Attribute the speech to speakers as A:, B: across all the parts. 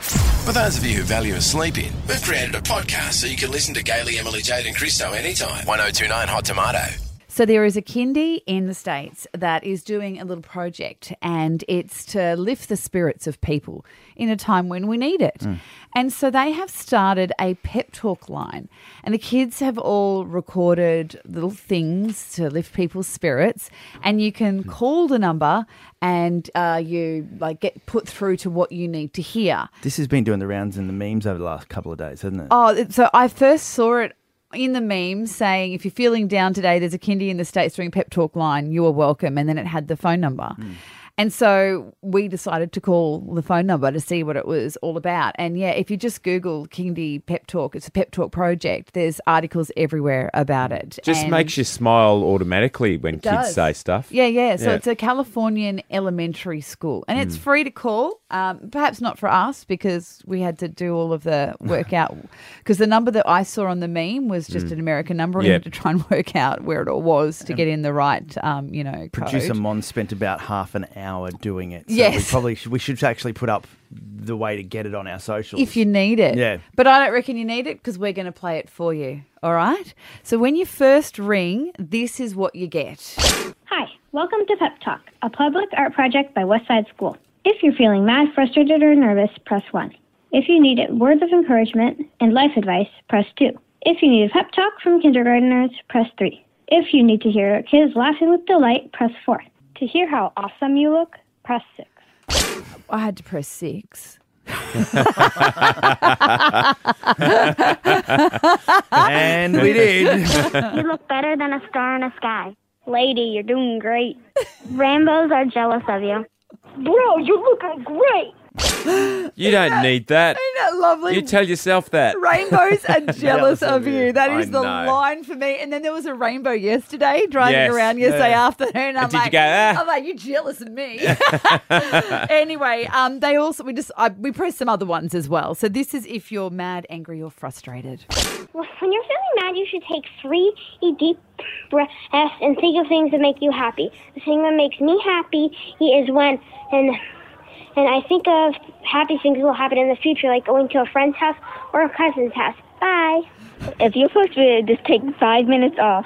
A: For those of you who value a sleep in, we've created a podcast so you can listen to Gaily, Emily, Jade, and Christo anytime. 1029 Hot Tomato.
B: So there is a kindy in the States that is doing a little project and it's to lift the spirits of people in a time when we need it. And so they have started a pep talk line and the kids have all recorded little things to lift people's spirits and you can call the number and uh, you like get put through to what you need to hear.
C: This has been doing the rounds in the memes over the last couple of days, hasn't it?
B: Oh, it- so I first saw it in the meme saying, if you're feeling down today, there's a kindy in the States doing pep talk line, you are welcome. And then it had the phone number. And so we decided to call the phone number to see what it was all about. And yeah, if you just Google Kindy Pep Talk, it's a Pep Talk project. There's articles everywhere about it.
D: Just
B: And-
D: makes you smile automatically when kids
B: does.
D: say stuff.
B: Yeah, yeah. So
D: Yeah. Hmm.
B: it's a Californian elementary school, and it's free to call. Um, perhaps not for us because we had to do all of the work out because the number that I saw on the meme was just an American number. and We
D: Hmm. Yep.
B: had to try and work out where it all was to get in the right, um, you know,
C: Producer
B: code.
C: Mon spent about half an hour doing it. So we
B: Yes.
C: probably should, we should actually put up the way to get it on our socials.
B: If you need it.
C: Yeah.
B: But I don't reckon you need it because we're going to play it for you. All right. So when you first ring, this is what you get.
E: Hi, welcome to Pep Talk, a public art project by Westside School. If you're feeling mad, frustrated, or nervous, press 1. If you need words of encouragement and life advice, press 2. If you need a pep talk from kindergartners, press 3. If you need to hear kids laughing with delight, press 4. To hear how awesome you look, press 6.
B: I had to press six.
C: and we did.
F: You look better than a star in the sky. Lady, you're doing great. Rambos are jealous of you. Bro, you're looking great.
D: You don't need that.
B: Isn't that lovely?
D: You tell yourself that.
B: Rainbows are jealous of you. That
D: I
B: is the
D: know.
B: line for me. And then there was a rainbow yesterday driving
D: Yes.
B: around yesterday
D: Yeah.
B: afternoon. I'm
D: did you
B: like,
D: go, "Ah?"
B: I'm like, you jealous of me? anyway, um, they also we just I, we pressed some other ones as well. So this is if you're mad, angry, or frustrated.
F: When you're feeling mad, you should take three e deep breaths and think of things that make you happy. The thing that makes me happy is when and and I think of happy things that will happen in the future, like going to a friend's house or a cousin's house. Bye.
E: If you're frustrated, just take 5 minutes off.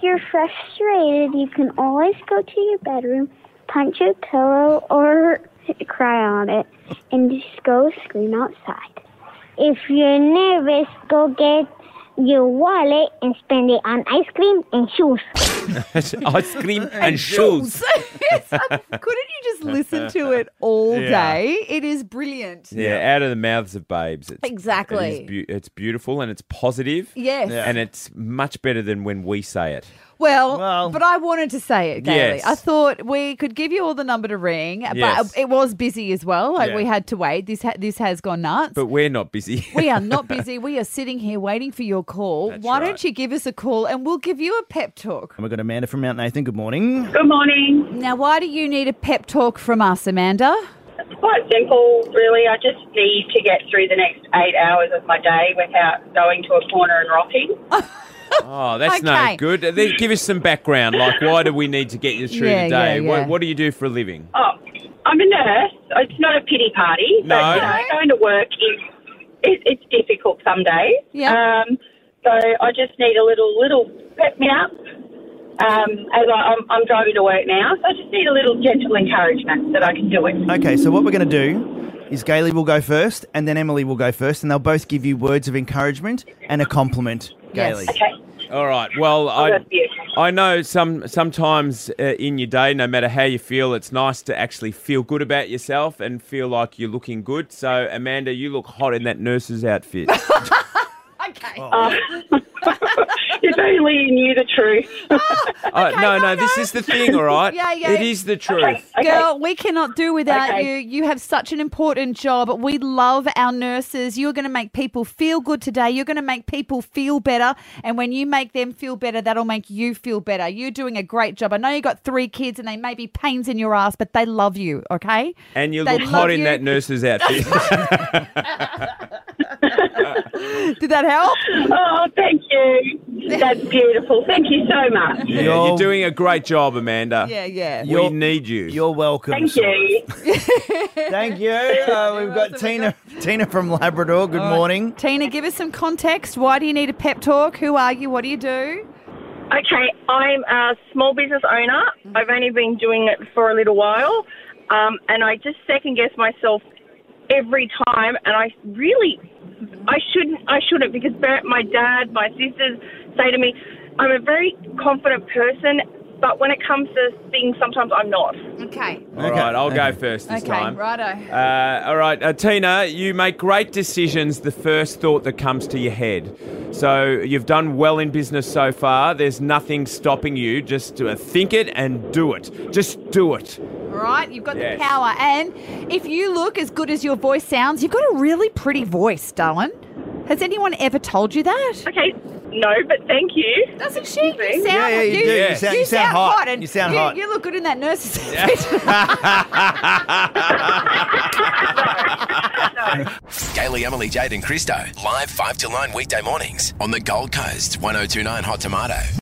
F: you're frustrated, you can always go to your bedroom, punch your pillow, or cry on it, and just go scream outside. If you're nervous, go get your wallet and spend it on ice cream and shoes.
D: Ice cream and shoes.
B: yes, I- couldn't you just listen to it all day? It is brilliant.
D: Yeah, out of the mouths of babes. It's,
B: Exactly.
D: It is beau- it's beautiful and it's positive.
B: Yes. Yeah.
D: And it's much better than when we say it.
B: Well,
C: Well-
B: but I wanted to say it, Gaily.
D: Yes.
B: I thought we could give you all the number to ring,
D: Yes.
B: but it was busy as well. Like
D: Yeah.
B: we had to wait. This ha- this has gone nuts.
D: But we're not busy.
B: we are not busy. We are sitting here waiting for your call. Why
D: right.
B: don't you give us a call and we'll give you a pep talk?
C: And we've got Amanda from Mount Nathan. Good morning.
G: Good morning.
B: Now, why do you need a pep talk from us, Amanda?
G: Quite simple, really. I just need to get through the next eight hours of my day without going to a corner and rocking.
D: Oh, that's no
B: Okay.
D: good. Then give us some background. Like, why do we need to get you through
B: Yeah,
D: the day?
B: yeah, yeah.
D: What, what do you do for a living?
G: Oh, I'm a nurse. It's not a pity party,
D: No.
G: but you know, going to work is it, it's difficult some days.
B: Yeah.
G: Um, so I just need a little little pep me up. Um, as I, I'm, I'm driving to work now, so I just need a little gentle encouragement that I can do it.
C: Okay, so what we're going to do is Gaily will go first, and then Emily will go first, and they'll both give you words of encouragement and a compliment.
B: Yes.
C: Gaily.
G: Okay.
D: All right. Well,
B: Oh,
D: I
G: that's you.
D: I know some sometimes uh, in your day, no matter how you feel, it's nice to actually feel good about yourself and feel like you're looking good. So, Amanda, you look hot in that nurse's outfit. Oh,
B: Okay.
G: If only you knew the truth.
D: Uh, no, no, this is the thing. All right.
B: Yeah, yeah.
D: It is the truth.
G: Okay.
B: Girl, we cannot do without
G: Okay.
B: you. You have such an important job. We love our nurses. You're going to make people feel good today. You're going to make people feel better. And when you make them feel better, that'll make you feel better. You're doing a great job. I know you got three kids and they may be pains in your ass, but they love you, okay?
D: And you
B: They
D: look hot
B: love
D: in
B: you.
D: that nurse's outfit.
B: Did that help?
G: Oh, thank you.
H: That's beautiful. Thank you so much.
D: Yeah,
C: You're-
D: you're doing a great job, Amanda.
B: Yeah, yeah.
D: We
C: You're-
D: need you.
C: You're welcome.
H: Thank you.
C: Thank you. Uh, we've got Tina. Tina from Labrador.
B: Oh,
C: Good morning.
B: Tina, give us some context. Why do you need a pep talk? Who are you? What do you do?
G: Okay, I'm a small business owner.
H: Mm-hmm.
G: I've only been doing it for a little while, um, and I just second guess myself every time. And I really, I shouldn't, I shouldn't because ba- my dad, my sisters say to me, I'm a very confident person, but when it comes to things, sometimes I'm not.
B: Okay.
D: All right, I'll
C: Okay.
D: go first this
B: Okay,
D: time.
B: righto.
D: Uh, all right, uh, Tina, you make great decisions the first thought that comes to your head. So you've done well in business so far. There's nothing stopping you. Just uh, think it and do it. Just do it.
B: All right, you've got
D: Yes.
B: the power. And if you look as good as your voice sounds, you've got a really pretty voice, darling. Has anyone ever told you that?
G: Okay, no, but thank you.
B: Doesn't she? You
G: Yeah,
B: sound,
C: yeah, you
B: you,
C: do.
D: You
B: you
C: sound- you sound hot.
B: and
C: You sound hot.
B: You look good in that nurse's outfit.
A: Gaily, Emily, Jade, and Christo. Live 5 till 9 weekday mornings on the Gold Coast, 1029 Hot Tomato.